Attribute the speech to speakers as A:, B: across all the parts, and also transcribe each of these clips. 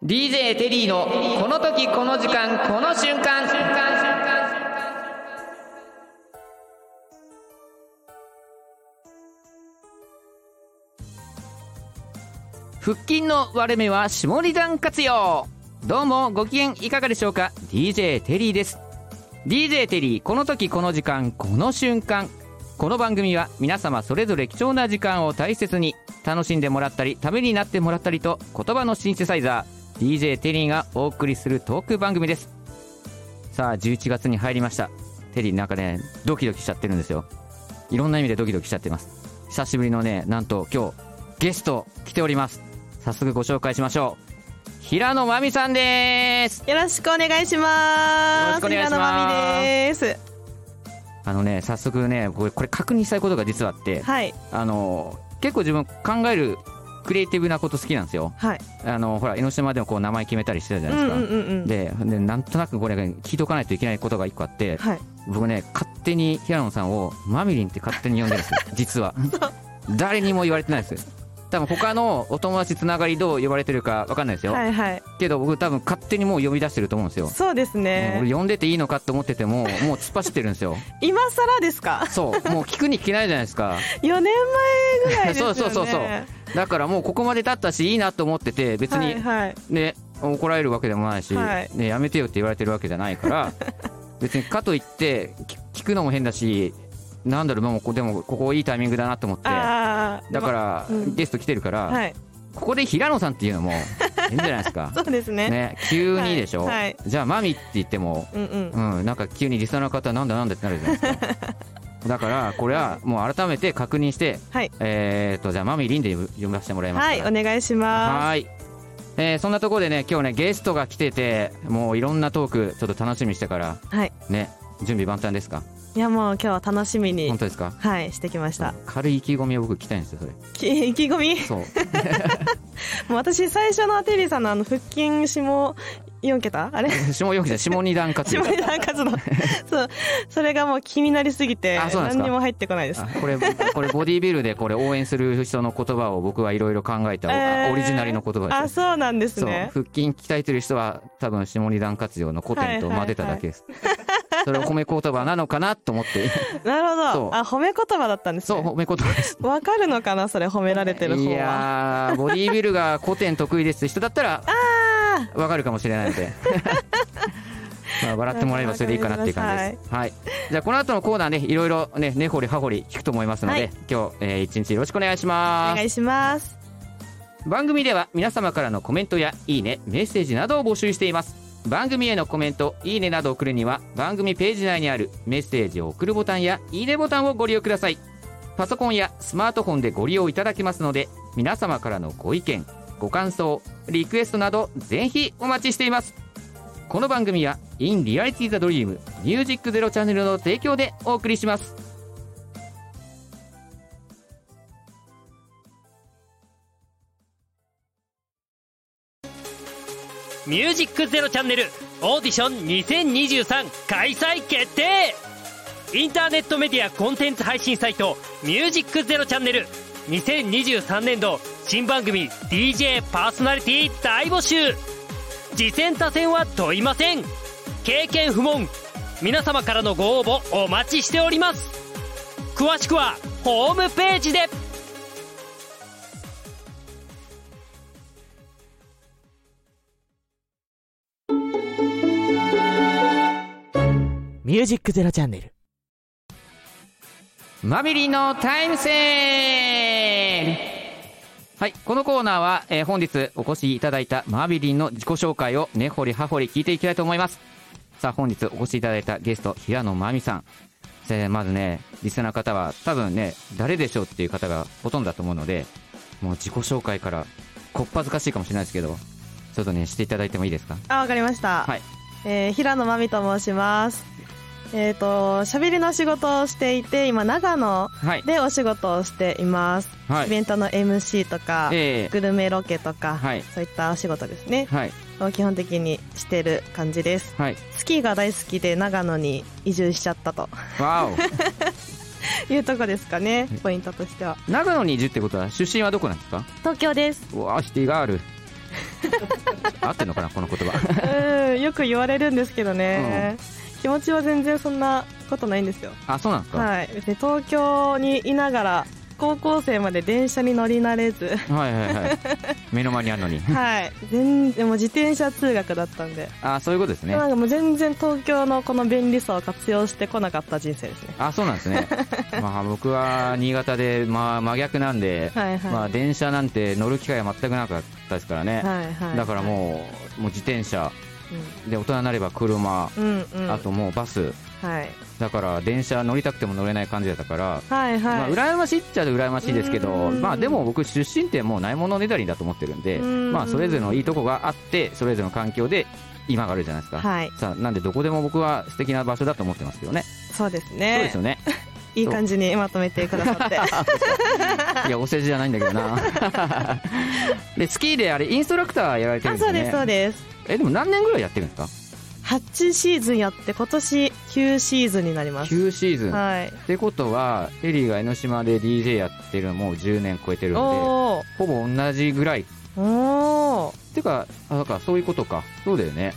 A: DJ テリーのこの時この時間この瞬間腹筋の割れ目は下り段活用どうもご機嫌いかがでしょうか DJ テリーです DJ テリーこの時この時間この瞬間この番組は皆様それぞれ貴重な時間を大切に楽しんでもらったりためになってもらったりと言葉のシンセサイザー DJ テリーがお送りするトーク番組ですさあ11月に入りましたテリーなんかねドキドキしちゃってるんですよいろんな意味でドキドキしちゃってます久しぶりのねなんと今日ゲスト来ております早速ご紹介しましょう平野真美さんです
B: よろしくお願いします。
A: よろしくお願いします
B: 平野真美です。
A: あのね早速ねこれこれ確認したいことが実はあって
B: はい
A: あの結構自分考えるクリエイティブなこと好きなんですよ
B: はい。
A: あのほら江ノ島でもこう名前決めたりしてたじゃ
B: う
A: ない
B: ん
A: です
B: う
A: か、
B: んうんうん。
A: ででなんとなくこれ聞いておかないといけないことが一個あって、
B: はい。
A: 僕ね勝手に平野さんをマミリンって勝手に呼んでるん ですよ実は誰にも言われてないです多分他のお友達つながりどう呼ばれてるかわかんないですよ、
B: はいはい。
A: けど僕多分勝手にもう呼び出してると思うんですよ、
B: そうです
A: ね
B: ね。
A: 俺呼んでていいのかって思っててももう突っ走ってるんですよ？
B: 今更ですか
A: そうもう聞くに聞けないじゃないですか
B: 四年前ぐらいですよね。
A: そうそうそうそうだからもうここまで経ったしいいなと思ってて別
B: はい
A: に
B: はい。
A: ね怒られるわけでもないし、
B: はい
A: ね、やめてよって言われてるわけじゃないから別にかといって聞聞くのも変だしなんだろうもうこでもここいいタイミングだなと思ってだ
B: ああ。
A: か
B: ま
A: ら、
B: うん
A: ゲスト来てるから、
B: あはい。
A: ここで平野さんっていうのも変じゃないですか
B: そうですね。
A: ね急にでしょ、
B: はいはい
A: じゃあマミって言っても
B: うんうん。
A: うん、なんか急にリスナーの方なんだなんだってなるじゃないですかだからこれはもう改めて確認して、
B: はい
A: えー、とじゃあマミリンで呼ぶ呼ばせてもらいますか
B: は
A: ら
B: いお願いしま
A: はいえーそんなところでね今日ねゲストが来ててもういろんなトークちょっと楽しみにしてから
B: す。はい。
A: ね準備万端ですか
B: いやもう今日は楽しみに
A: 本当ですか
B: はいしてきました。
A: 軽い意気込みを僕聞きたいんですよそれ
B: き意 気込み。
A: そう
B: もう私最初のテリーさんのあの腹筋下四桁あれ？
A: 下4期じゃない下二段活
B: 下
A: 動
B: ネタ 活動そうそれがもう気になりすぎて
A: あそうなんですか
B: 何にも入ってこないです
A: あこれこれボディービルでこれ応援する人の言葉を僕はいろいろ考えた、
B: えー
A: オリジナルの言葉です
B: あそうなんです
A: そう
B: ね
A: 腹筋鍛えてる人は多分下二段活用の古典と混ぜただけです、それを褒め言葉なのかなと思って
B: なるほ
A: そう
B: どあ褒め言葉だったんです
A: そう
B: ね
A: 褒め言葉です
B: わかるのかなそれ褒められてる
A: い
B: 方は
A: やーボディービルが古典得意ですって人だったら
B: あ
A: わかるかもしれないの でまあ笑ってもらえばそれでいいかなっていう感じです、はい、じゃあこの後のコーナーねいろいろね根掘り葉掘り聞くと思いますので、
B: はい
A: 今日、えー一日よろしくお願いし
B: ー
A: ます
B: お願いします
A: 番組では皆様からのコメントやいいねメッセージなどを募集しています番組へのコメントいいねなどを送るには番組ページ内にあるメッセージを送るボタンやいいねボタンをご利用くださいパソコンやスマートフォンでご利用いただけますので皆様からのご意見ご感想リクエストなどぜひお待ちしていますこの番組は In Reality the Dream Music Zero チャンネルの提供でお送りします
C: ミュージックゼロチャンネルオーディション2023開催決定インターネットメディアコンテンツ配信サイトミュージックゼロチャンネル2023年度新番組 DJ パーソナリティ大募集次戦他戦は問いません経験不問皆様からのご応募お待ちしております詳しくはホームページで
D: ミュージックゼロチャンネル。
A: マミリンのタイムセールはい、このコーナーは、えー本日お越しいただいたマービリンの自己紹介を根掘り葉掘り聞いていきたいと思います。さあ、本日お越しいただいたゲスト、平野真美さん。えーまずね、リスナーの方は多分ね、誰でしょうっていう方がほとんどだと思うので、もう自己紹介から、こっぱずかしいかもしれないですけど、ちょっとね、していただいてもいいですか
B: あわかりました、
A: はい。
B: えー平野真美と申しますえっ、と喋りの仕事をしていて今長野
A: はい。
B: でお仕事をしています、
A: はい
B: イベントの MC とか、
A: えー
B: グルメロケとか、
A: はい
B: そういったお仕事ですね
A: はい。
B: を基本的にしてる感じです
A: はい。
B: スキーが大好きで長野に移住しちゃっ たと
A: わ
B: いうとこですかねポイントとしては
A: お。長野に移住ってことは、出身はどこなんですか
B: 東京です
A: うわーシティガール合ってんのかなこの言葉
B: うんよく言われるんですけどね、気持ちは全然そんなことないんですよ
A: あそうなんですか、はい、
B: はい別に東京にいながら高校生まで電車に乗り慣れず
A: はいはい目の前にあるのに
B: はい全然もう自転車通学だったんで、
A: あそういうことですね
B: なんかもう全然東京のこの便利さを活用してこなかった人生ですね
A: あそうなんです ねまあ僕は新潟で、まあ、真逆なんで、
B: はいはい、
A: まあ、電車なんて乗る機会は全くなかったですからね、
B: はいはい
A: だからもうもう自転車で大人になれば車、
B: うん、うんうん
A: あともうバス
B: はい
A: だから電車乗りたくても乗れない感じだったから、
B: はい
A: まあ、
B: はい、
A: 羨ましいっちゃ羨ましいですけど、
B: うん
A: まあ、でも僕出身ってもうないものねだりだと思ってるんで、
B: うん
A: まあ、それぞれのいいとこがあってそれぞれの環境で今があるじゃないですか、
B: はい
A: さあなんでどこでも僕は素敵な場所だと思ってますけどね、
B: そうです
A: そうで
B: ね
A: すよね
B: いい感じにまとめてくださ って
A: いやお世辞じゃないんだけどな でスキーであれインストラクターやられてるんで
B: あ
A: す
B: そ
A: よ
B: う
A: ね
B: ですそうです
A: えでも何年ぐらいやってるんです
B: 8シーズンやって今年9シーズンになり
A: か
B: ます
A: 9シーズン、
B: はい
A: ってことはエリーが江ノ島で DJ やってるのもう10年超えてるんで
B: おー
A: ほぼ同じぐらい
B: おー
A: てかあだからそういうことかそうだよね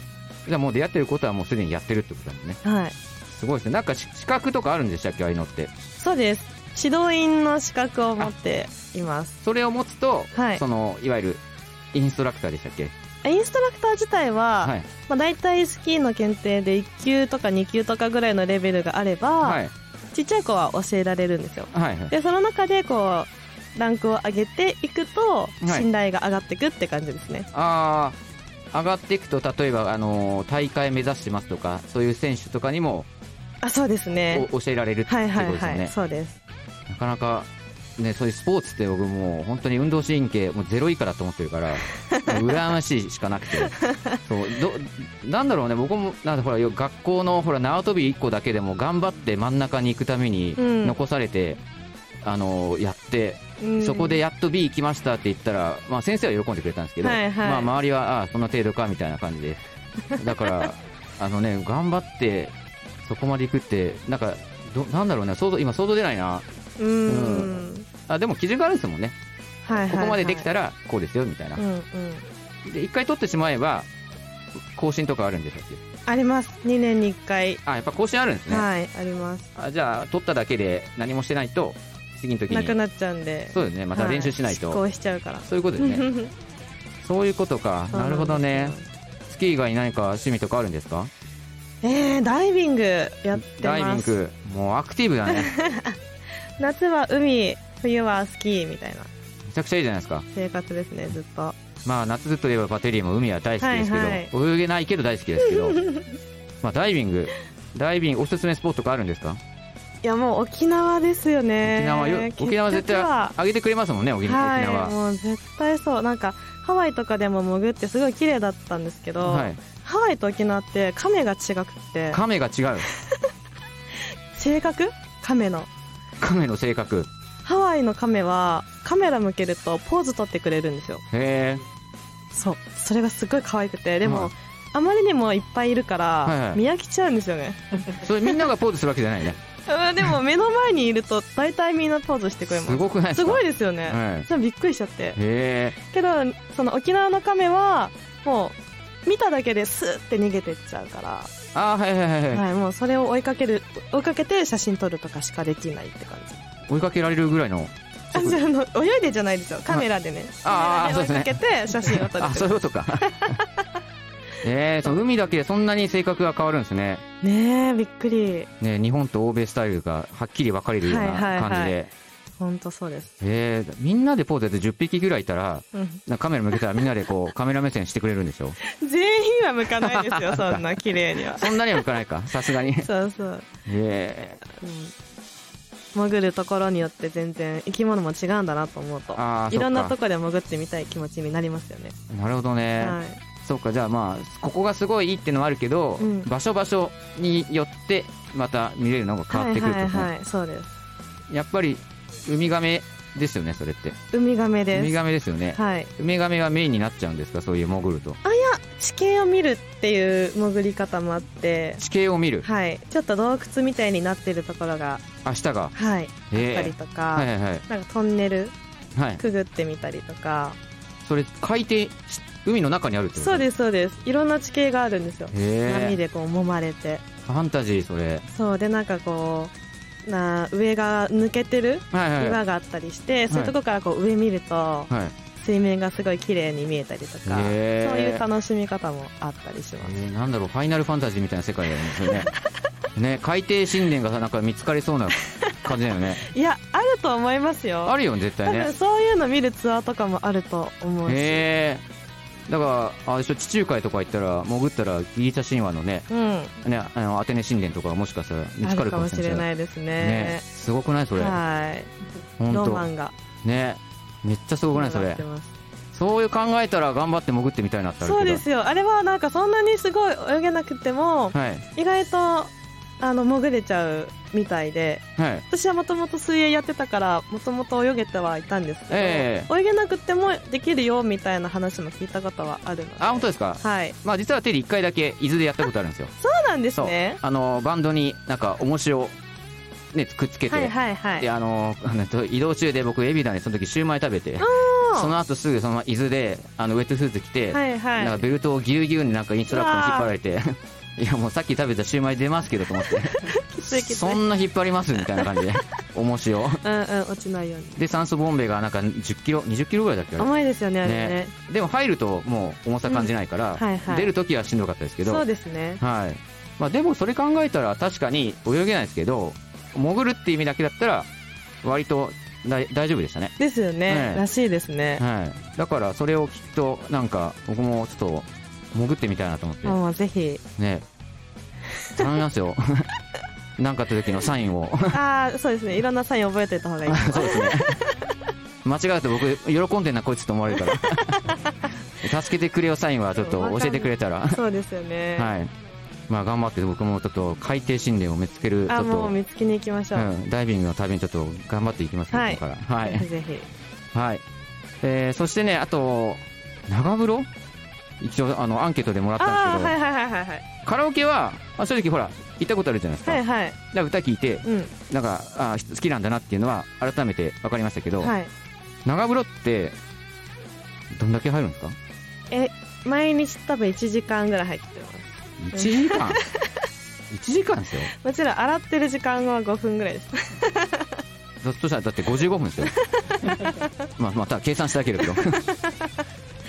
A: じゃあもう出会ってることはもうすでにやってるってことだもんね
B: はい
A: すごいですねなんかし資格とかあるんでしたっけああいうのって
B: そうです指導員の資格を持っています
A: それを持つと、
B: はい
A: そのいわゆるインストラクターでしたっけ
B: インストラクター自体は、
A: はい
B: まあ、大体スキーの検定で1級とか2級とかぐらいのレベルがあれば、
A: はい
B: ちっちゃい子は教えられるんですよ
A: はいはい
B: でその中でこうランクを上げていくと
A: はい
B: 信頼が上がっていくって感じですね、
A: ああ上がっていくと例えばあのー大会目指してますとかそういう選手とかにも
B: あそうですね
A: お教えられるってこと
B: はい
A: です
B: は
A: よ
B: い
A: ね、
B: はいそうです
A: なかなか、ね、そういうスポーツって僕もう本当に運動神経もうゼロ以下だと思ってる から、もう羨ましいしかなくて。そう、ど、なんだろうね、僕も、なんだほら、よ学校のほら、縄跳び1個だけでも頑張って真ん中に行くために
B: うん
A: 残されて、あの、やって、
B: うん
A: そこでやっと B 行きましたって言ったら、まあ先生は喜んでくれたんですけど、
B: はいはい
A: まあ周りは、ああ、その程度かみたいな感じで。だから、 あのね、頑張って、そこまで行くって、なんか、ど、なんだろうね、想像、今想像出ないな。
B: うん、
A: うあでも基準があるんですもんね、
B: はいはいはい、
A: ここまでできたらこうですよみたいな、
B: うんうん
A: で一回取ってしまえば更新とかあるんでしょっけ
B: あります2年に1回、
A: あやっぱ更新あるんですね、
B: はいあります
A: あじゃあ取っただけで何もしてないと次の時に
B: なくなっちゃうんで
A: そうですねまた練習しないと、
B: は失効しちゃうから
A: そういうことですねそういうことかなるほどね
B: そうなんですよ
A: スキー以外に何か趣味とかあるんですか
B: えー、ダイビングやって
A: ダイビ
B: ま
A: ン
B: す
A: グもうアクティブだ ね
B: 夏は海冬はスキーみたいな
A: めちゃくちゃいいじゃないですか
B: 生活ですねずっと
A: まあ夏ずっといえばバテリーも海は大好きですけど、
B: はい
A: 泳げないけど大好きですけどまあダイビングダイビングおすすめスポットとかあるんですか
B: いやもう沖縄ですよね
A: 沖縄よ沖縄絶対
B: 結局は
A: あげてくれますもんね沖縄,、
B: はい
A: 沖縄
B: もう絶対そうなんかハワイとかでも潜ってすごい綺麗だったんですけど、
A: はい
B: ハワイと沖縄って亀が違くって
A: 亀が違う
B: 性格亀の
A: 亀の性格
B: ハワイの亀はカメラ向けるとポーズ取ってくれるんですよ
A: へえ
B: そうそれがすごい可愛くてでも、
A: はい
B: あまりにもいっぱいいるから、
A: はいはい
B: 見飽きちゃうんですよね
A: それみんながポーズするわけじゃないね
B: うんでも目の前にいると大体みんなポーズしてくれます
A: すごくないです
B: す
A: か
B: ごい
A: で
B: ですよね、
A: はい
B: それびっくりしちゃって
A: へえ
B: けどその沖縄のカメはもう見ただけでスーって逃げてっちゃうか
A: あーはいはいはい、
B: ら、
A: はい、
B: はい、もうそれを追いかける追いかけて写真撮るとかしかできないって感じ
A: 追いかけられるぐらいの
B: あじゃああの泳いでじゃないですよカメラでね
A: あー
B: カメラで追いかけて写真を撮る
A: あそういうこと かえー、そう海だけでそんなに性格が変わるんですね
B: ねえびっくり
A: ね日本と欧米スタイルがはっきり分かれるような
B: はいはいはい
A: 感じで、
B: 本当そうです、
A: えーみんなでポーズやって10匹ぐらいいたら
B: うん、
A: なんかカメラ向けたらみんなでこうカメラ目線してくれるんでしょ
B: 全員は向かないです よそんな綺麗には
A: そんなには向かないかさすがにへ
B: そうそう
A: え
B: うん潜るところによって全然生き物も違うんだなと思うと
A: あー
B: いろん
A: そ
B: な
A: っか
B: とこで潜ってみたい気持ちになりますよね、
A: なるほどね、
B: はい、
A: そうかじゃあまあここがすごいいいってのはあるけど、
B: うん
A: 場所場所によってまた見れるのが変わってくると、
B: はい
A: ね
B: はいはいそうです
A: やっぱりウミガメですよねそれって
B: ウミガメ
A: ウ
B: で
A: ミ
B: す
A: ガメですよね、
B: はい
A: ウミガメはメインになっちゃうんですかそういう潜ると
B: 地形を見るっていう潜り方もあって
A: 地形を見る
B: はいちょっと洞窟みたいになってるところが
A: 明日が
B: はいあったり
A: へえ
B: とか、
A: はいはいはい
B: なんかトンネル
A: はい
B: くぐってみたりとか
A: それ海底海の中にあるってこと
B: そうですそうですいろんな地形があるんですよ
A: へ
B: 波
A: え
B: でこう揉まれて
A: ファンタジーそれ
B: そうでなんかこうな上が抜けてる
A: はいはいはい
B: 岩があったりして、そういうとこからこう上見ると
A: はい
B: 水面がすごい綺麗に見えたりとか、
A: へー
B: そういう楽しみ方もあったりします、
A: えーなんだろうファイナルファンタジーみたいな世界だよねそれ ねね海底神殿がさなんか見つかりそうな感じだよ ね
B: いやあると思いますよ
A: あるよね絶対
B: 多分
A: ね
B: そういうの見るツアーとかもあると思うし、
A: へえだからあれでしょ地中海とか行ったら潜ったらギリシャ神話のね
B: うん
A: ねあのアテネ神殿とかもしかしたら見
B: あ
A: つかる
B: る
A: か
B: か
A: も
B: も
A: し
B: し
A: れ
B: れ
A: ない
B: ないです
A: ね
B: ね
A: すごくないそれ
B: はい
A: 本
B: ロ
A: 当
B: マンが
A: ねめっちゃすごくないそ
B: 広が
A: れ
B: ってます
A: そういう考えたら頑張って潜ってみたいなってあるけど
B: そうですよあれはなんかそんなにすごい泳げなくても
A: はい
B: 意外とあの潜れちゃうみたいで
A: はい
B: 私はもともと水泳やってたからもともと泳げてはいたんですけど、
A: え
B: 泳げなくてもできるよみたいな話も聞いたことはあるので
A: あ本当ですか
B: はい
A: まあ実はテリー1回だけ伊豆でやったことあるんですよ
B: そうなんです
A: そう、
B: ね
A: あのバンドになんか重しを、ね、くっつけて、
B: はいはいはい
A: であのあのと移動中で僕、海老名にその時シューマイ食べて、その後すぐそのまま伊豆であのウェットスーツ着て、
B: はいはい
A: なんかベルトをぎゅうぎゅうになんかインストラクターに引っ張られ て、いやもうさっき食べたシューマイ出ますけどと思って、
B: きついきつい
A: そんな引っ張りますみたいな感じ で、重しを。
B: うんうん落ちないように
A: で、酸素ボンベがなんか10キロ、20キロぐらいだっけあれ
B: 重いですよねあれね
A: ねでも入るともう重さ感じないから、
B: んはいはい
A: 出るときはしんどかったですけど、
B: そうですね
A: はいまあ、でもそれ考えたら確かに泳げないですけど潜るって意味だけだったら割とだい大丈夫でしたね、
B: ですよね、
A: ね
B: らしいですね、
A: はい、だからそれをきっとなんか僕もちょっと潜ってみたいなと思って
B: もうぜひ
A: ね頼みます よなんかあった時のサインを
B: ああそうですねいろんなサイン覚えておいた 方がいいです
A: そうですね間違うと僕喜んでんなこいつと思われるから 助けてくれよサインはちょっと教えてくれたら
B: そうですよね、
A: はいまあ頑張って僕もちょっと海底神殿を見つけるちょ
B: あ
A: っ
B: も
A: と
B: う見つけに行きましょう、
A: うん、ダイビングの旅にちょっと頑張っていきますね、
B: はい
A: ここから。は
B: ぜひ
A: い。
B: ぜひ
A: はい。えー、そしてね、あと、長風呂一応、あの、アンケートでもらった
B: あ
A: ん
B: あ
A: です
B: は
A: け
B: い
A: ど、
B: はいはいはいはい
A: カラオケは、あ正直ほら、行ったことあるじゃないですか。
B: はいはい
A: だから歌聞いて、
B: うん
A: なんか、あ好きなんだなっていうのは、改めて分かりましたけど、
B: はい
A: 長風呂って、どんだけ入るんですか
B: え毎日多分1時間ぐらい入ってます
A: ?1 時 間 ?1 時間ですよ。
B: もちろん洗ってる時間は5分ぐらいです
A: そそしたらだって55分です よまあまあただ計算しただけだけど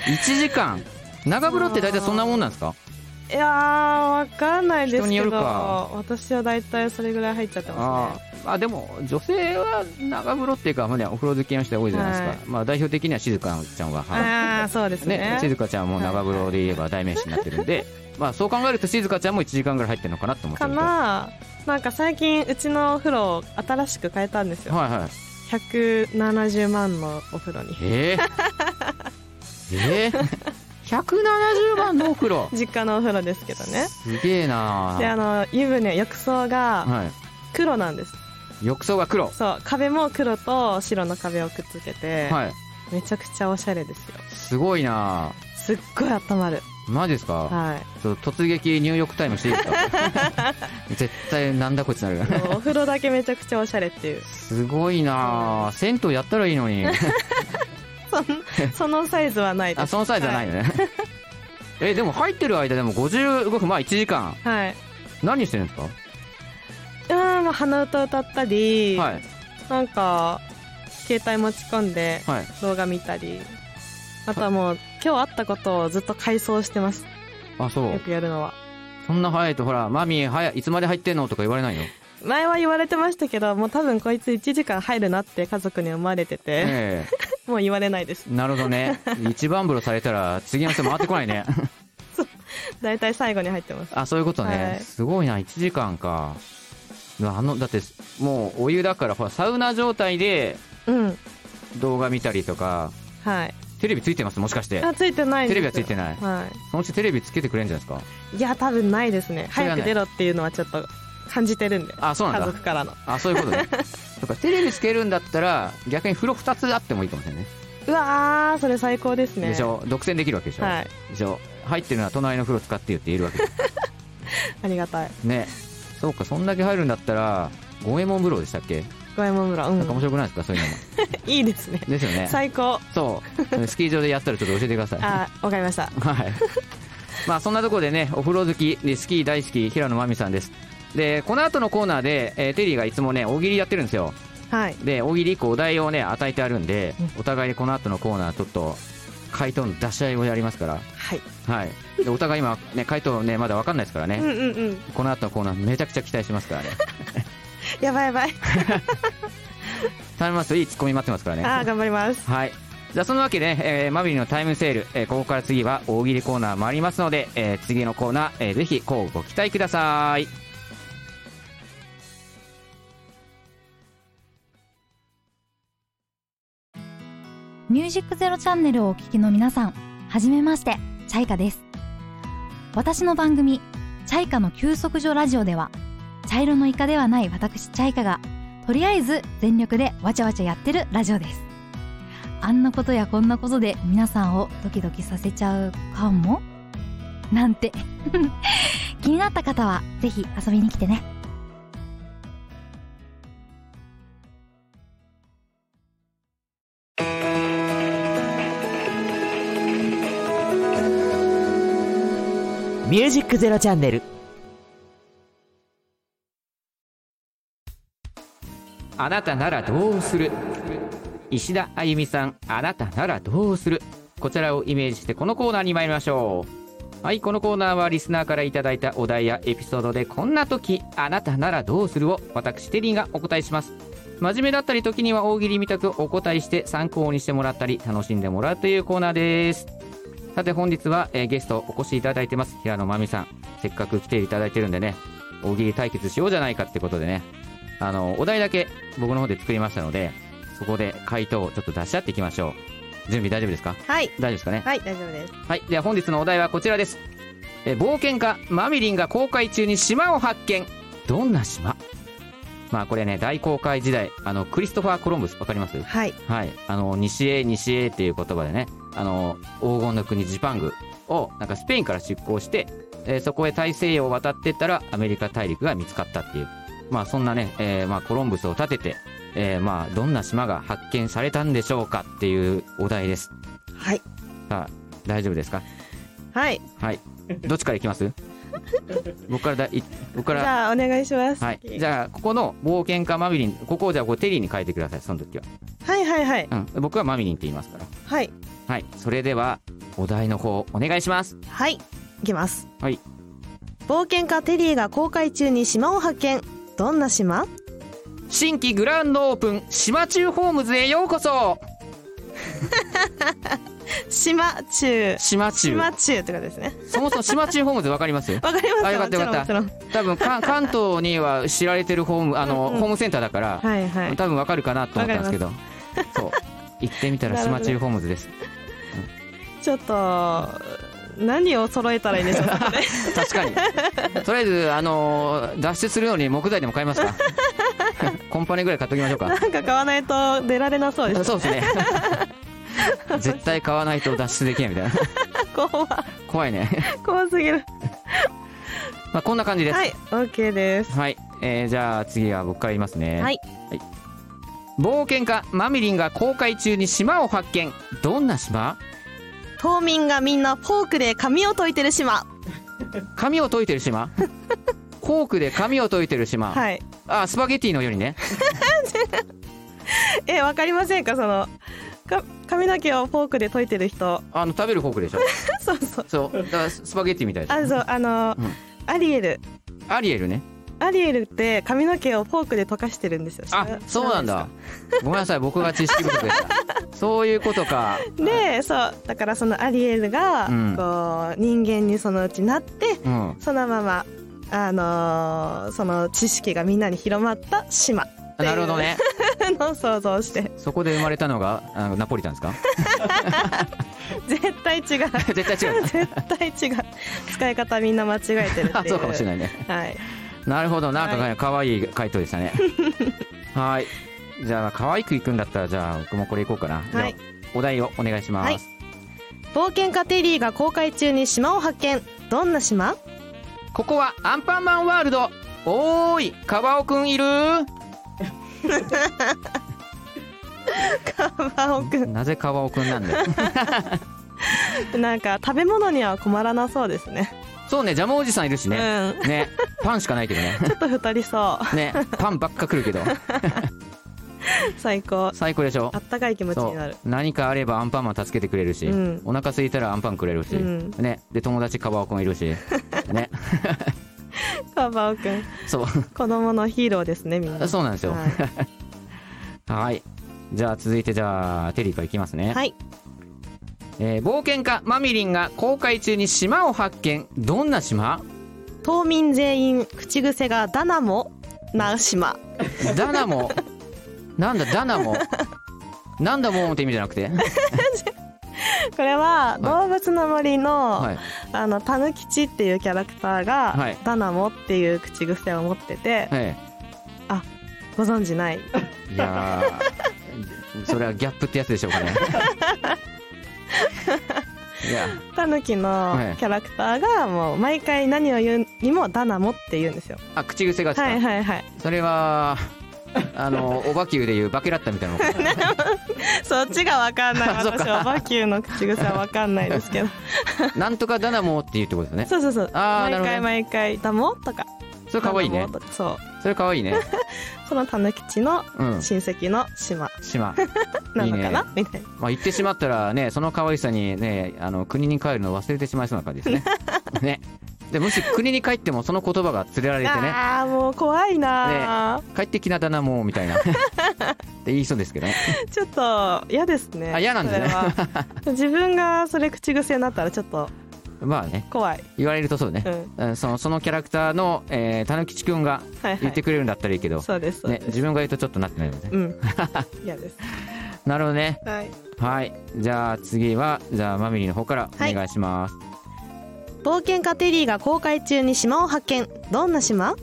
A: 1時間長風呂って大体そんなもんなんですか
B: いやーわかんないです
A: 人に
B: け
A: よる
B: ど
A: か
B: 私は大体それぐらい入っちゃってま
A: あ
B: すね
A: ーあでも女性は長風呂っていうか、まあね、お風呂好きの人が多いじゃないですか、
B: はい
A: まあ代表的には静香ちゃんが、は
B: ああーそうです
A: いね
B: ね
A: 静香ちゃんも長風呂で言えば代名詞になってるんで、 まあそう考えると静香ちゃんも1時間ぐらい入ってるのかなって思って
B: か
A: るんでは
B: ななんか最近うちのお風呂を新しく変えたんです
A: い
B: よ
A: はい
B: 170万のお風呂に
A: えー、えー、170番のお風呂
B: 実家のお風呂ですけどね
A: すげえな
B: であの湯船浴槽が
A: はい
B: 黒なんです
A: 浴槽が黒
B: そう壁も黒と白の壁をくっつけて、
A: はい
B: めちゃくちゃおしゃれですよ
A: すごいなあ
B: すっごい温まる
A: マジですか、
B: はい
A: ちょっと突撃入浴タイムしていいですか絶対なんだこいつなるから
B: お風呂だけめちゃくちゃおしゃれってい う
A: すごいなあ銭湯やったらいいのに
B: そんそのサイズはないです
A: あそのサイズはないのね、 えでも入ってる間でも55分まあ1時間
B: はい、はい、
A: 何してるんですか
B: うーんまあ鼻歌歌ったり、
A: はい
B: なんか携帯持ち込んで
A: はい
B: 動画見たりあとはもう今日あったことをずっと回想してます
A: あそ
B: よ
A: う
B: くやるのは
A: そんな早いとほらマミー早いいつまで入ってんのとか言われないの
B: 前は言われてましたけどもう多分こいつ1時間入るなって家族に思われてて、
A: え
B: もう言われないです
A: えなるほどね一番風呂されたら次の人回ってこないね
B: 大体最後に入ってます
A: あそういうことね、
B: はい
A: すごいな1時間かうわあのだってもうお湯だからほらサウナ状態で
B: うん
A: 動画見たりとか
B: はい
A: テレビついてますもしかして
B: あついてないん
A: テ
B: です
A: レビはついてない
B: は
A: そのうちテレビつけてくれるんじゃないですか
B: いいや多分ないですね
A: それはな
B: 早
A: い
B: く出ろっていうのはちょっと感じてるんで
A: あそうなん
B: 家
A: だ
B: 族からの
A: あそういうことね とかテレビつけるんだったら逆に風呂2つあってもいいかもしれないね
B: うわーそれ最高ですね
A: でしょ独占できるわけでしょ、
B: はい
A: でしょ入ってるのは隣の風呂使ってよって言えるわけで
B: ありがたい
A: ねそうかそんだけ入るんだったら五右衛門風呂でしたっけ
B: 五右衛門風呂、う
A: なんか面
B: ん、
A: 白くないですかそういうのも
B: いいですね
A: ですよ ね
B: 最高
A: そうスキー場でやったらちょっと教えてください
B: あわかりました
A: はい。まあそんなところでね、お風呂好き、でスキー大好き、平野真美さんです。で、この後のコーナーで、えーテリーがいつもね、大喜利やってるんですよ。
B: はい
A: で、大喜利1個お題をね、与えてあるんで、お互いにこの後のコーナー、ちょっと、回答の出し合いをやりますから。
B: はい
A: はい。で、お互い今、ね、回答ね、まだわかんないですから
B: うん
A: ね。
B: うんうん
A: この後のコーナー、めちゃくちゃ期待してますからね。
B: やばいやばい
A: 頼みますよ、いいツッコミ待ってますからね。
B: あー頑張ります
A: はい。じゃあそのわけで、えーマビリのタイムセール、えーここから次は大喜利コーナーもありますので、えー次のコーナー、えーぜひこうご期待ください。
E: ミュージックゼロチャンネルをお聞きの皆さん、はじめまして、チャイカです。私の番組、チャイカの休息所ラジオでは、茶色のイカではない私チャイカが、とりあえず全力でわちゃわちゃやってるラジオです。あんなことやこんなことで皆さんをドキドキさせちゃうかもなんて。 気になった方は、ぜひ遊びに来てね。
D: ミュージックゼロチャンネル
A: あなたならどうする石田あゆみさんあなたならどうするこちらをイメージしてこのコーナーに参りましょうはいこのコーナーはリスナーからいただいたお題やエピソードでこんな時あなたならどうするを私テリーがお答えします真面目だったり時には大喜利みたくお答えして参考にしてもらったり楽しんでもらうというコーナーですさて本日は、えーゲストお越しいただいてます平野真美さんせっかく来ていただいてるんでね大喜利対決しようじゃないかってことでねあの、お題だけ僕の方で作りましたので、そこで回答をちょっと出し合っていきましょう。準備大丈夫ですか
B: はい
A: 大丈夫ですかね
B: はい大丈夫です
A: はい。では本日のお題はこちらです。え、冒険家、マミリンが公開中に島を発見。どんな島まあこれね、大航海時代、あの、クリストファー・コロンブス、わかります
B: はい
A: はい。あの、西へ西へっていう言葉でね、あの、黄金の国ジパングを、なんかスペインから出港して、えーそこへ大西洋を渡ってったらアメリカ大陸が見つかったっていう。まあそんなね、えーまあコロンブスを立てて、えーまあどんな島が発見されたんでしょうかっていうお題です。
B: はい
A: さあ、大丈夫ですか
B: はい
A: はい。どっちからいきます 僕からだい、僕か
B: じ
A: ら、
B: ゃあお願いします
A: はい。じゃあ、ここの冒険家マミリン、ここをじゃあこうテリーに変えてください、その時は。
B: はいはいはい
A: うん。僕はマミリンって言いますから。
B: はい
A: はい、それではお題の方お願いします。
B: はいいきます
A: はい
B: 冒険家テリーが航海中に島を発見どんな島
A: 新規グランドオープン島中ホームズへようこそ。
B: 島中
A: 島中。
B: 島中ってことですね
A: そもそも島中ホームズわかります？
B: わかります
A: あよかったよかった
B: もちろんもち
A: 多分か 関東には知られてるホームあの、
B: うんうん
A: ホームセンターだから、
B: ろんはいはい
A: 多分わかるかなと思ったんですけど、そう行ってみたら
B: なるほ
A: 島
B: ど
A: 中ホームズです。
B: ちょっと何を揃えたらいいんで しょうか
A: 確かに。とりあえずあのー脱出するのに木材でも買います か。コンパネぐらい買っときましょうか。
B: なんか買わないと出られなそう です
A: そうですね。絶対買わないと脱出できないみたいな。
B: 怖
A: 怖いね。
B: 怖すぎる
A: まあこんな感じです。
B: はい OK です
A: はい、えーじゃあ次は僕から言いますね、
B: はい
A: 冒険家マミリンが航海中に島を発見どんな島
B: 島民がみんなフォークで髪を解いてる島
A: 紙を解いてる 島フォークで紙を解いてる島、
B: はい
A: あスパゲティのようにね
B: えわかりませんかそのか髪の毛をフォークで解いてる人
A: あの食べるフォークでしょ
B: そうそう
A: そうだからススパゲティみたいで
B: あ
A: し
B: そ
A: ょ
B: うあの、
A: うん
B: アリエル
A: アリエルね
B: アリエルって髪の毛をフォークで溶かしてるんですよ知
A: あ
B: ら
A: そうなんだごめんなさい僕が知識不足でした そういうことか
B: 知らないですかでそうだからそのアリエルが、
A: うん
B: こう人間にそのうちなって
A: うん
B: そのままあのーその知識がみんなに広まった島
A: あなるほどね
B: の想像をして
A: そこで生まれたのがあのナポリタンですか
B: 絶 対違う
A: 絶対違う
B: 絶対違う使い方みんな間違えてるっ
A: あ
B: ていう
A: そうかもしれないね
B: はい
A: なるほど、なんか
B: は
A: ね可愛い回答でしたね。 はい。じゃあ、可愛くいくんだったら、じゃあ、僕もこれいこうかな。
B: はい
A: じゃあお題をお願いします。
B: はい冒険家テリーが航海中に島を発見どんな島
A: ここはアンパンマンワールド。おーい、カバオくんいる
B: カバオく
A: なぜカバオくんなんだ よ
B: んなんか食べ物には困らなそうですね
A: そうねジャムおじさんいるし
B: う
A: ね、
B: ん
A: ねパンしかないけどね
B: ちょっと太りそ
A: ねパンばっか来るけど
B: う最高
A: 最高でしょ
B: あったかい気持ちになる
A: そう何かあればアンパンマン助けてくれるし、
B: うん
A: お腹空いたらアンパンくれるし、
B: うん
A: ねで友達カバオくんいるしね
B: カバオくん
A: そ
B: 子供のヒーローですねみん
A: う
B: な
A: そうなんですよ
B: はい
A: はいじゃあ続いてじゃあテリーからいきますね、
B: はい
A: えー冒険家マミリンが航海中に島を発見どんな島
B: 島民全員口癖がダナもな島
A: ダナもなんだダナもなんだもうって意味じゃなくて
B: これは動物の森の、
A: はい
B: あのタヌキチっていうキャラクターが、
A: はい
B: ダナモっていう口癖を持ってて
A: え
B: ご存じ ない
A: えいやーそれはギャップってやつでしょうかねいや
B: タヌキの
A: はい
B: キャラクターがもう毎回何を言うにもダナモって言うんですよ
A: あ口癖がつか、
B: はいはいはい
A: それはあのおばきゅうでいうバケラッタみたいなのか
B: そっちがわかんない
A: あ そうか
B: 私はバキューの口癖はわかんないですけど
A: なんとかダナモっていうってことですね
B: そうそうそう
A: あーなるほど
B: 毎
A: ね
B: 回毎回ダモとか
A: それかわいい
B: ダ
A: ね
B: ナモとかそう
A: それかわいいね
B: そのタヌキチの
A: うん
B: 親戚の島
A: 島
B: なの
A: いい
B: か
A: ね
B: なみたいな
A: まあ言ってしまったらねその可愛さにねあの国に帰るの忘れてしまいそうな感じですね ねでもし国に帰ってもその言葉が連れられてね
B: ああもう怖いなー、
A: 帰ってきなだなもうみ たいなって言いそうですけどね
B: ちょっと嫌ですね
A: あ嫌なんですね
B: それ は自分がそれ口癖になったらちょっと
A: まあね
B: 怖い
A: 言われるとそうね
B: うん、
A: うんそのそのキャラクターの、えー、たぬきちくんが
B: はいは
A: 言っ
B: い
A: てくれるんだったらいいけど、
B: そうですそうで
A: ね、
B: す、
A: 自分が言うとちょっとなってないもんね
B: うん 嫌です
A: なるほどね
B: はい
A: はい、じゃあ次はじゃあマミリーの方からお願いします。
B: 冒険家テリーが航海中に島を発見どんな島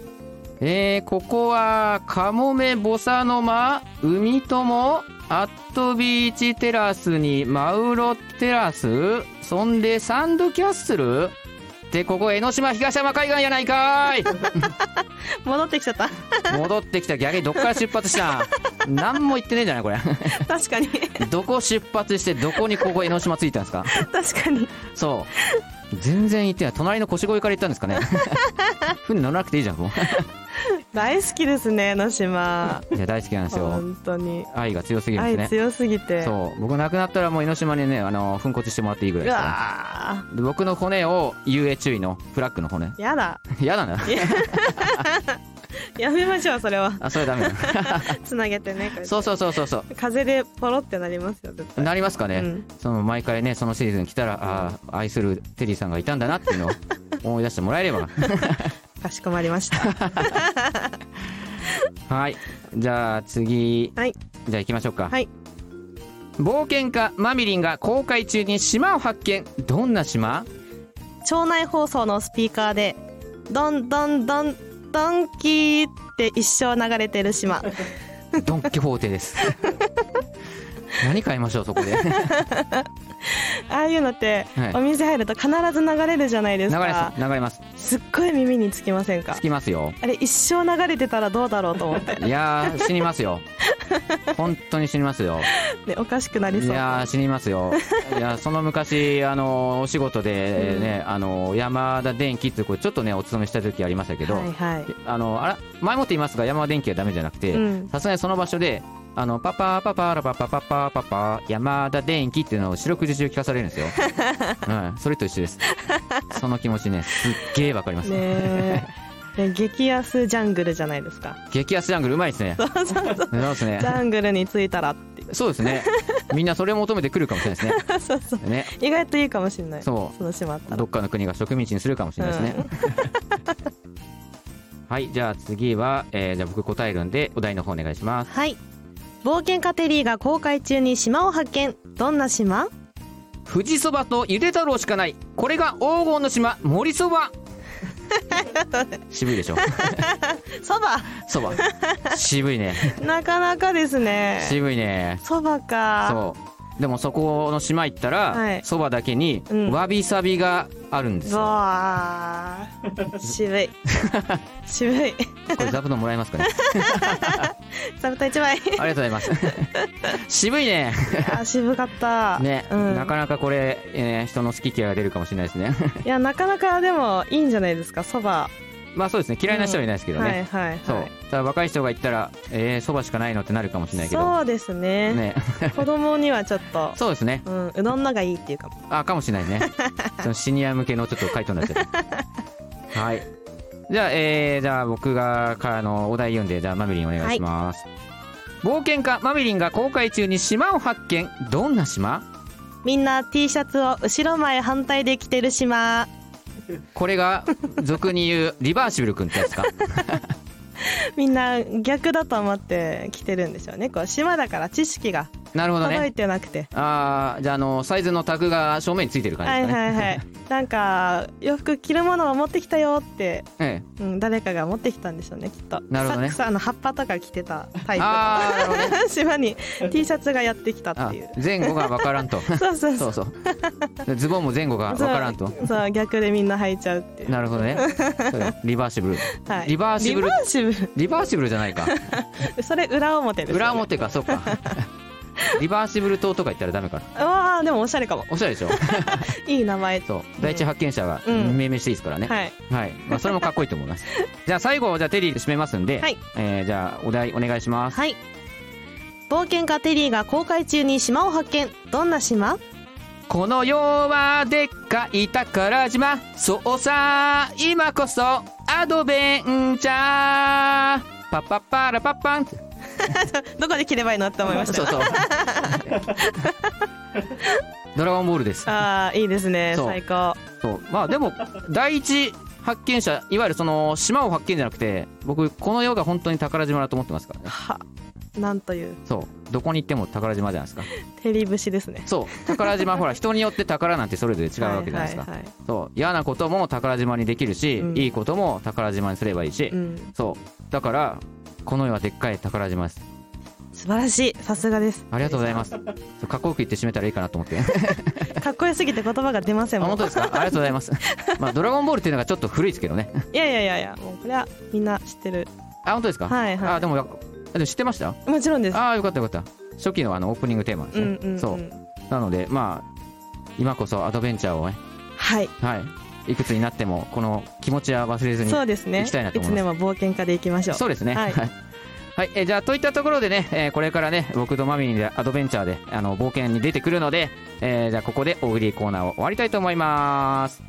A: えー、ここはカモメボサノマ海友アットビーチテラスにマウロテラスそんでサンドキャッスルでここ江ノ島東山海岸やないかー
B: 戻ってきちゃった
A: い戻ってきた逆にどっから出発したん何も言ってねえんじゃないこれ
B: 確かに
A: どこ出発してどこにここ江ノ島着いたんですか
B: 確かに
A: そう全然行ってない隣の腰越から行ったんですかね 船乗らなくていいじゃんもう
B: 大好きですね江ノ島
A: いや大好きなんです よ
B: 本当に
A: 愛が強すぎるんで
B: 愛
A: すね
B: 強すぎて
A: そう僕亡くなったらもう江ノ島にねあの粉骨してもらっていいぐらいうですから
B: わ
A: で僕の骨を遊泳注意のフラッグの骨
B: ーやだ
A: 嫌だな
B: やめましょうそれは
A: あそれダ メだ
B: つなげてねこれ
A: そうそうそうそうそ
B: 風でポロってなりますよ絶
A: う
B: 対
A: なりますかね、
B: うん
A: その毎回ねそのシーズン来たら、ああ愛するテリーさんがいたんだなっていうの を思い出してもらえれば
B: かしこまりました
A: はいじゃあ次、
B: はい
A: じゃあ行きましょうか
B: はい
A: 冒険家マミリンが航海中に島を発見どんな島
B: 町内放送のスピーカーで「どんどんどんどんきー」って一生流れて る島
A: ドン・キホーテ です何買いましょうそこで
B: ああいうのって、
A: はい
B: お店入ると必ず流れるじゃないで
A: 流
B: す
A: れ
B: か
A: ます流れます
B: すっごい耳につきませんか
A: つきますよ
B: あれ一生流れてたらどうだろうと思って、
A: いやー死にますよ本当に死にますよ
B: ね、おかしくなり
A: い
B: そう
A: やー死にます よいやその昔あのお仕事で
B: うん
A: ね、あの山田電機ってこれちょっとねお勤めした時ありましたけど、
B: はいはい
A: あのあら前もって言いますが山田電機はダメじゃなくて
B: うん
A: さすがにその場所であのパパパパラパパパパパパ山田電機っていうのを四六時中聞かされるん ですよ、うん、それと一緒ですその気持ちねすっげえわかります、
B: ねえ ね激安ジャングルじゃないですか
A: 激安ジャングルうまいですね そうです
B: ジ
A: ね
B: ャングルに着いたらって
A: そうです ねみんなそれを求めてくるかもしれないです
B: そうそう
A: ねね
B: 意外といいかもしれない
A: そう
B: の島あったら
A: どっかの国が植民地にするかもしれないです ね、 はいじゃあ次は、えーじゃあ僕答えるんでお題の方お願いします
B: はい冒険家テリーが航海中に島を発見どんな島
A: 富士そばとゆで太郎しかないこれが黄金の島森そ ば渋いでしょ
B: そば
A: そば渋い ね
B: なかなかですね
A: 渋いね
B: そばか
A: そうでもそこの島行った
B: は
A: ら
B: い
A: そば、だけに
B: うん
A: わびさびがあるんですよ
B: わ あ渋い渋い
A: これ座布団もらえますかね
B: サブタ一 枚
A: ありがとうございます 渋いね
B: あ渋かった
A: ね、
B: うん、
A: なかなかこれ、えー人の好き嫌いが出るかもしれないですね
B: いやなかなかでもいいんじゃないですかそば、
A: まあそうですね嫌いな人はいないですけど
B: はい
A: ね、
B: はいはい
A: そうただ若い人が言ったらえーそばしかないのってなるかもしれないけど
B: そうですね
A: ね
B: 子供にはちょっ と
A: そうですね
B: うん、うどんのがいいっていうかも
A: あかもしれない ねそのシニア向けのちょっと回答になっちゃったはいじゃあ、えー、じゃあ僕がからのお題読んでじゃあマミリンお願いします、冒険家マミリンが航海中に島を発見どんな島
B: みんな T シャツを後ろ前反対で着てる島
A: これが俗に言うリバーシブル君ってやつか
B: みんな逆だと思って着てるんでしょうねこう島だから知識が
A: なるほど
B: 届
A: ね
B: いてなくて、
A: あーじゃああのサイズのタグが正面についてる感じ
B: は
A: で
B: い
A: すかね、
B: はい はいなんか洋服着るものを持ってきたよって、
A: え
B: うん、誰かが持ってきたんでしょうねきっと
A: なるほどね
B: さ草あの葉っぱとか着てたタ
A: え、
B: イプ
A: あーなるほどね
B: の 島に T シャツがやってきたっていう
A: あ前後が分からん と
B: そうそう
A: そ
B: そうう
A: そうズボンも前後が分からんと
B: そうそう逆でみんな履いちゃうっていう、
A: なるほどねそれリバーシブル
B: はい、
A: リバーシブル
B: リバーシブ
A: リバーシブルじゃ ないか
B: ルそれ裏表ですよね、
A: 裏表かそうかリバーシブル島とか言ったらダメかな
B: うわあでもおしゃれかも
A: おしゃれでしょ
B: いい名前
A: そう第一発見者が
B: うん
A: 命名していいですからね、
B: はい
A: はい、まあ、それもかっこいいと思いますじゃあ最後じゃあテリーで締めますんで、
B: はい
A: えーじゃあお題お願いします
B: はい冒険家テリーが航海中に島を発見どんな島
A: この世はでっかい宝島そうさ今こそアドベンチャーパッパッパラパッパン
B: どこで着ればいいのって思いました
A: そうそうドラゴンボールです
B: ああいいですね
A: そう
B: 最高
A: そうまあでも第一発見者いわゆるその島を発見じゃなくて僕この世が本当に宝島だと思ってますからね
B: はなんという
A: そうどこに行っても宝島じゃないですか
B: テリー節ですね
A: そう宝島ほら人によって宝なんてそれぞれ違うわけじゃないですか、
B: はいはいはい
A: そう嫌なことも宝島にできるし、
B: うん
A: いいことも宝島にすればいいし、
B: うん、
A: そうだからこの世はでっかい宝島です
B: 素晴らしいさすがです
A: ありがとうございますそうかっこよく言って締めたらいいかなと思 って
B: かっこよすぎて言葉が出ませ
A: あ
B: んも
A: 本
B: ん
A: 当ですかありがとうございますまあドラゴンボールっていうのがちょっと古いですけどね
B: いやいやいやいやもうこれはみんな知ってる
A: あ本当ですか
B: はいはい
A: あでもやでも知ってました
B: もちろんです
A: ああよかったよかった初期のあのオープニングテーマですね、
B: うんうん、うん、
A: そうなのでまあ今こそアドベンチャーをね
B: はい
A: はいいくつになってもこの気持ちは忘れずに
B: そうですね
A: 行きたいなと思い
B: つ
A: ます
B: でも冒険家でいきましょう
A: そうですねは、
B: はいい
A: はいえーじゃあといったところでね、えーこれからね僕とマミーでアドベンチャーであの冒険に出てくるので、えーじゃあここで大喜利コーナーを終わりたいと思います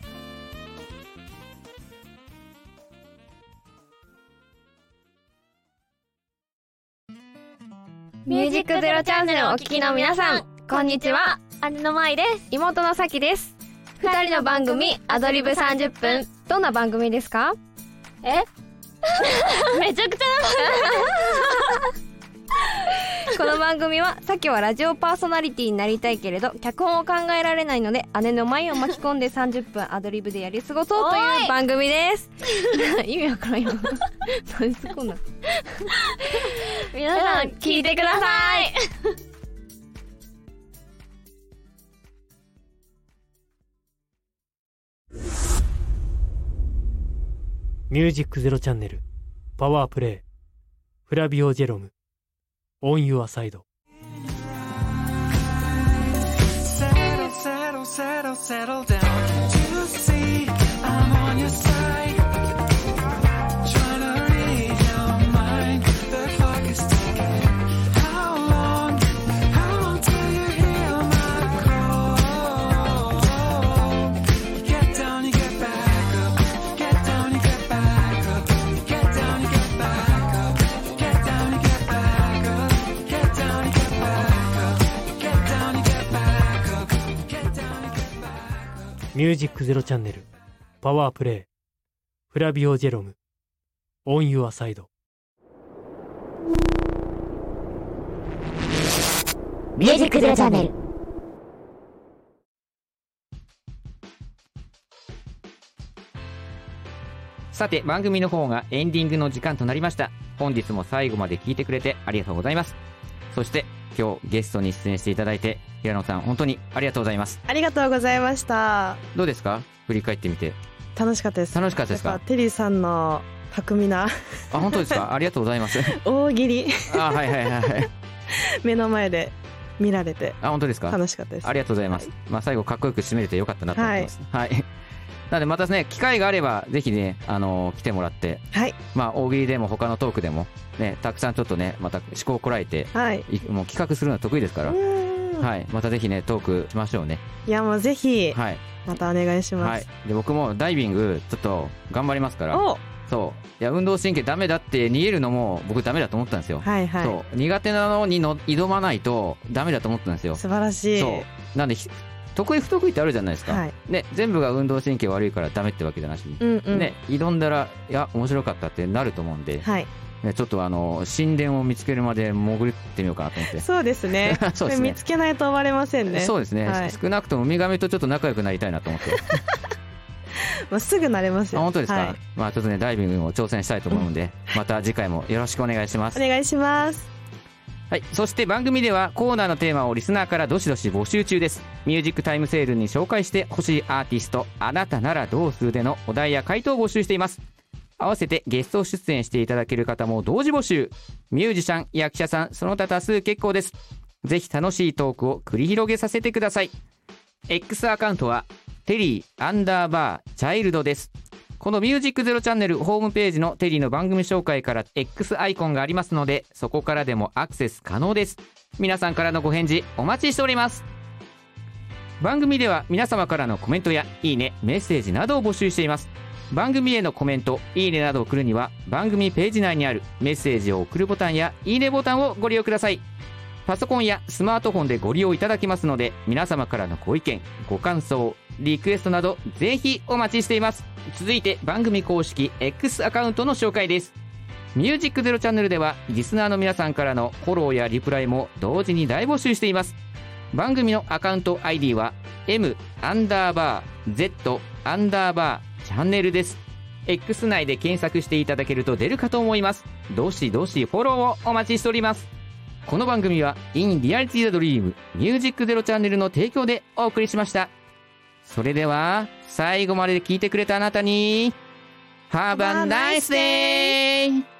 F: ミュージックゼロチャンネルをお聞きの皆さん、こんにちは。姉のまいです。妹のさきです。二人の番組、アドリブ30分。どんな番組ですかえ めちゃくちゃこの番組は、さきはラジオパーソナリティになりたいけれど、脚本を考えられないので、姉のまいを巻き込んで30分アドリブでやり過ごそうという番組です。意味わから んよ。何すこんな。 皆さん、聞いてください
G: ミュージックゼロチャンネル、パワープレイ、フラビオジェロム、オンユアサイド。
H: settle, settle, settle, settle down. To see I'm on your side. Tryna read your mind. The clock is ticking. How long, how long till you hear my call? You get down, you get back up. You get down, you get back up. You get down, you get back up. You get down, you get back up. You get down, you get back up. You get down, you get back up.
G: ミュージックゼロチャンネル、パワープレイ、フラビオジェロム、オンユアサイド。
I: ミュージックゼロチャンネル。
A: さて番組の方がエンディングの時間となりました本日も最後まで聞いてくれてありがとうございますそして今日ゲストに出演していただいて平野さん本当にありがとうございます
B: ありがとうございました
A: どうですか振り返ってみて
B: 楽しかったです
A: 楽しかったです
B: や
A: か
B: っぱテリーさんの巧みな
A: あ本当ですかありがとうございます
B: 大喜利
A: あはいはいはいはい
B: 目の前で見られて
A: あ本当ですか
B: 楽しかったです
A: ありがとうございます。まあ最後かっこよく締めれてよかったなと思います。はい。 なのでまたね機会があればぜひねあのー来てもらって、
B: はい
A: まあ大喜利でも他のトークでもねたくさんちょっとねまた思考をこらえて
B: はい
A: いもう企画するのは得意ですから
B: う。ーん
A: はい、またぜひねトークしましょうね。
B: いやもうぜひ
A: はい、
B: またお願いしま
A: はい
B: す、、
A: で僕もダイビングちょっと頑張りますから。
B: お
A: そう、いや運動神経ダメだって逃げるのも僕ダメだと思ったんですよ。
B: はいはい
A: そう、苦手なのにの挑まないとダメだと思ったんですよ。
B: 素晴らしい
A: そうなんでひ得意不得意ってあるじゃないですか、
B: はい
A: ね、全部が運動神経悪いからダメってわけじゃなしに、
B: うんうん、
A: ね、挑んだらいや面白かったってなると思うんで、
B: はい
A: ね、ちょっとあの神殿を見つけるまで潜ってみようかなと思って。
B: そうですね
A: そうです
B: これ
A: ね
B: 見つけないと終われませんね
A: そうですね、
B: はい
A: 少なくともウミガメとちょっと仲良くなりたいなと思って
B: まあ、すぐ慣れます
A: あ
B: よ
A: 本当ですか、
B: はい、
A: まあちょっとねダイビングにも挑戦したいと思うので、また次回もよろしくお願いします
B: お願いします
A: はい、そして番組ではコーナーのテーマをリスナーからどしどし募集中ですミュージックタイムセールに紹介してほしいアーティストあなたならどうするでのお題や回答を募集しています合わせてゲスト出演していただける方も同時募集ミュージシャン役者さんその他多数結構ですぜひ楽しいトークを繰り広げさせてください X アカウントはテリーアンダーバーチャイルドですこの「ミュージックゼロチャンネル」ホームページのテリーの番組紹介から X アイコンがありますのでそこからでもアクセス可能です皆さんからのご返事お待ちしております番組では皆様からのコメントやいいねメッセージなどを募集しています番組へのコメントいいねなどを送るには番組ページ内にあるメッセージを送るボタンやいいねボタンをご利用くださいパソコンやスマートフォンでご利用いただけますので皆様からのご意見ご感想リクエストなどぜひお待ちしています続いて番組公式 X アカウントの紹介ですミュージックゼロチャンネルではリスナーの皆さんからのフォローやリプライも同時に大募集しています番組のアカウント ID は M アンダーバー Z アンダーバーチャンネルです X 内で検索していただけると出るかと思いますどしどしフォローをお待ちしておりますこの番組は In Reality the Dream Music Zero チャンネルの提供でお送りしましたそれでは最後まで聞いてくれたあなたに Have a nice day!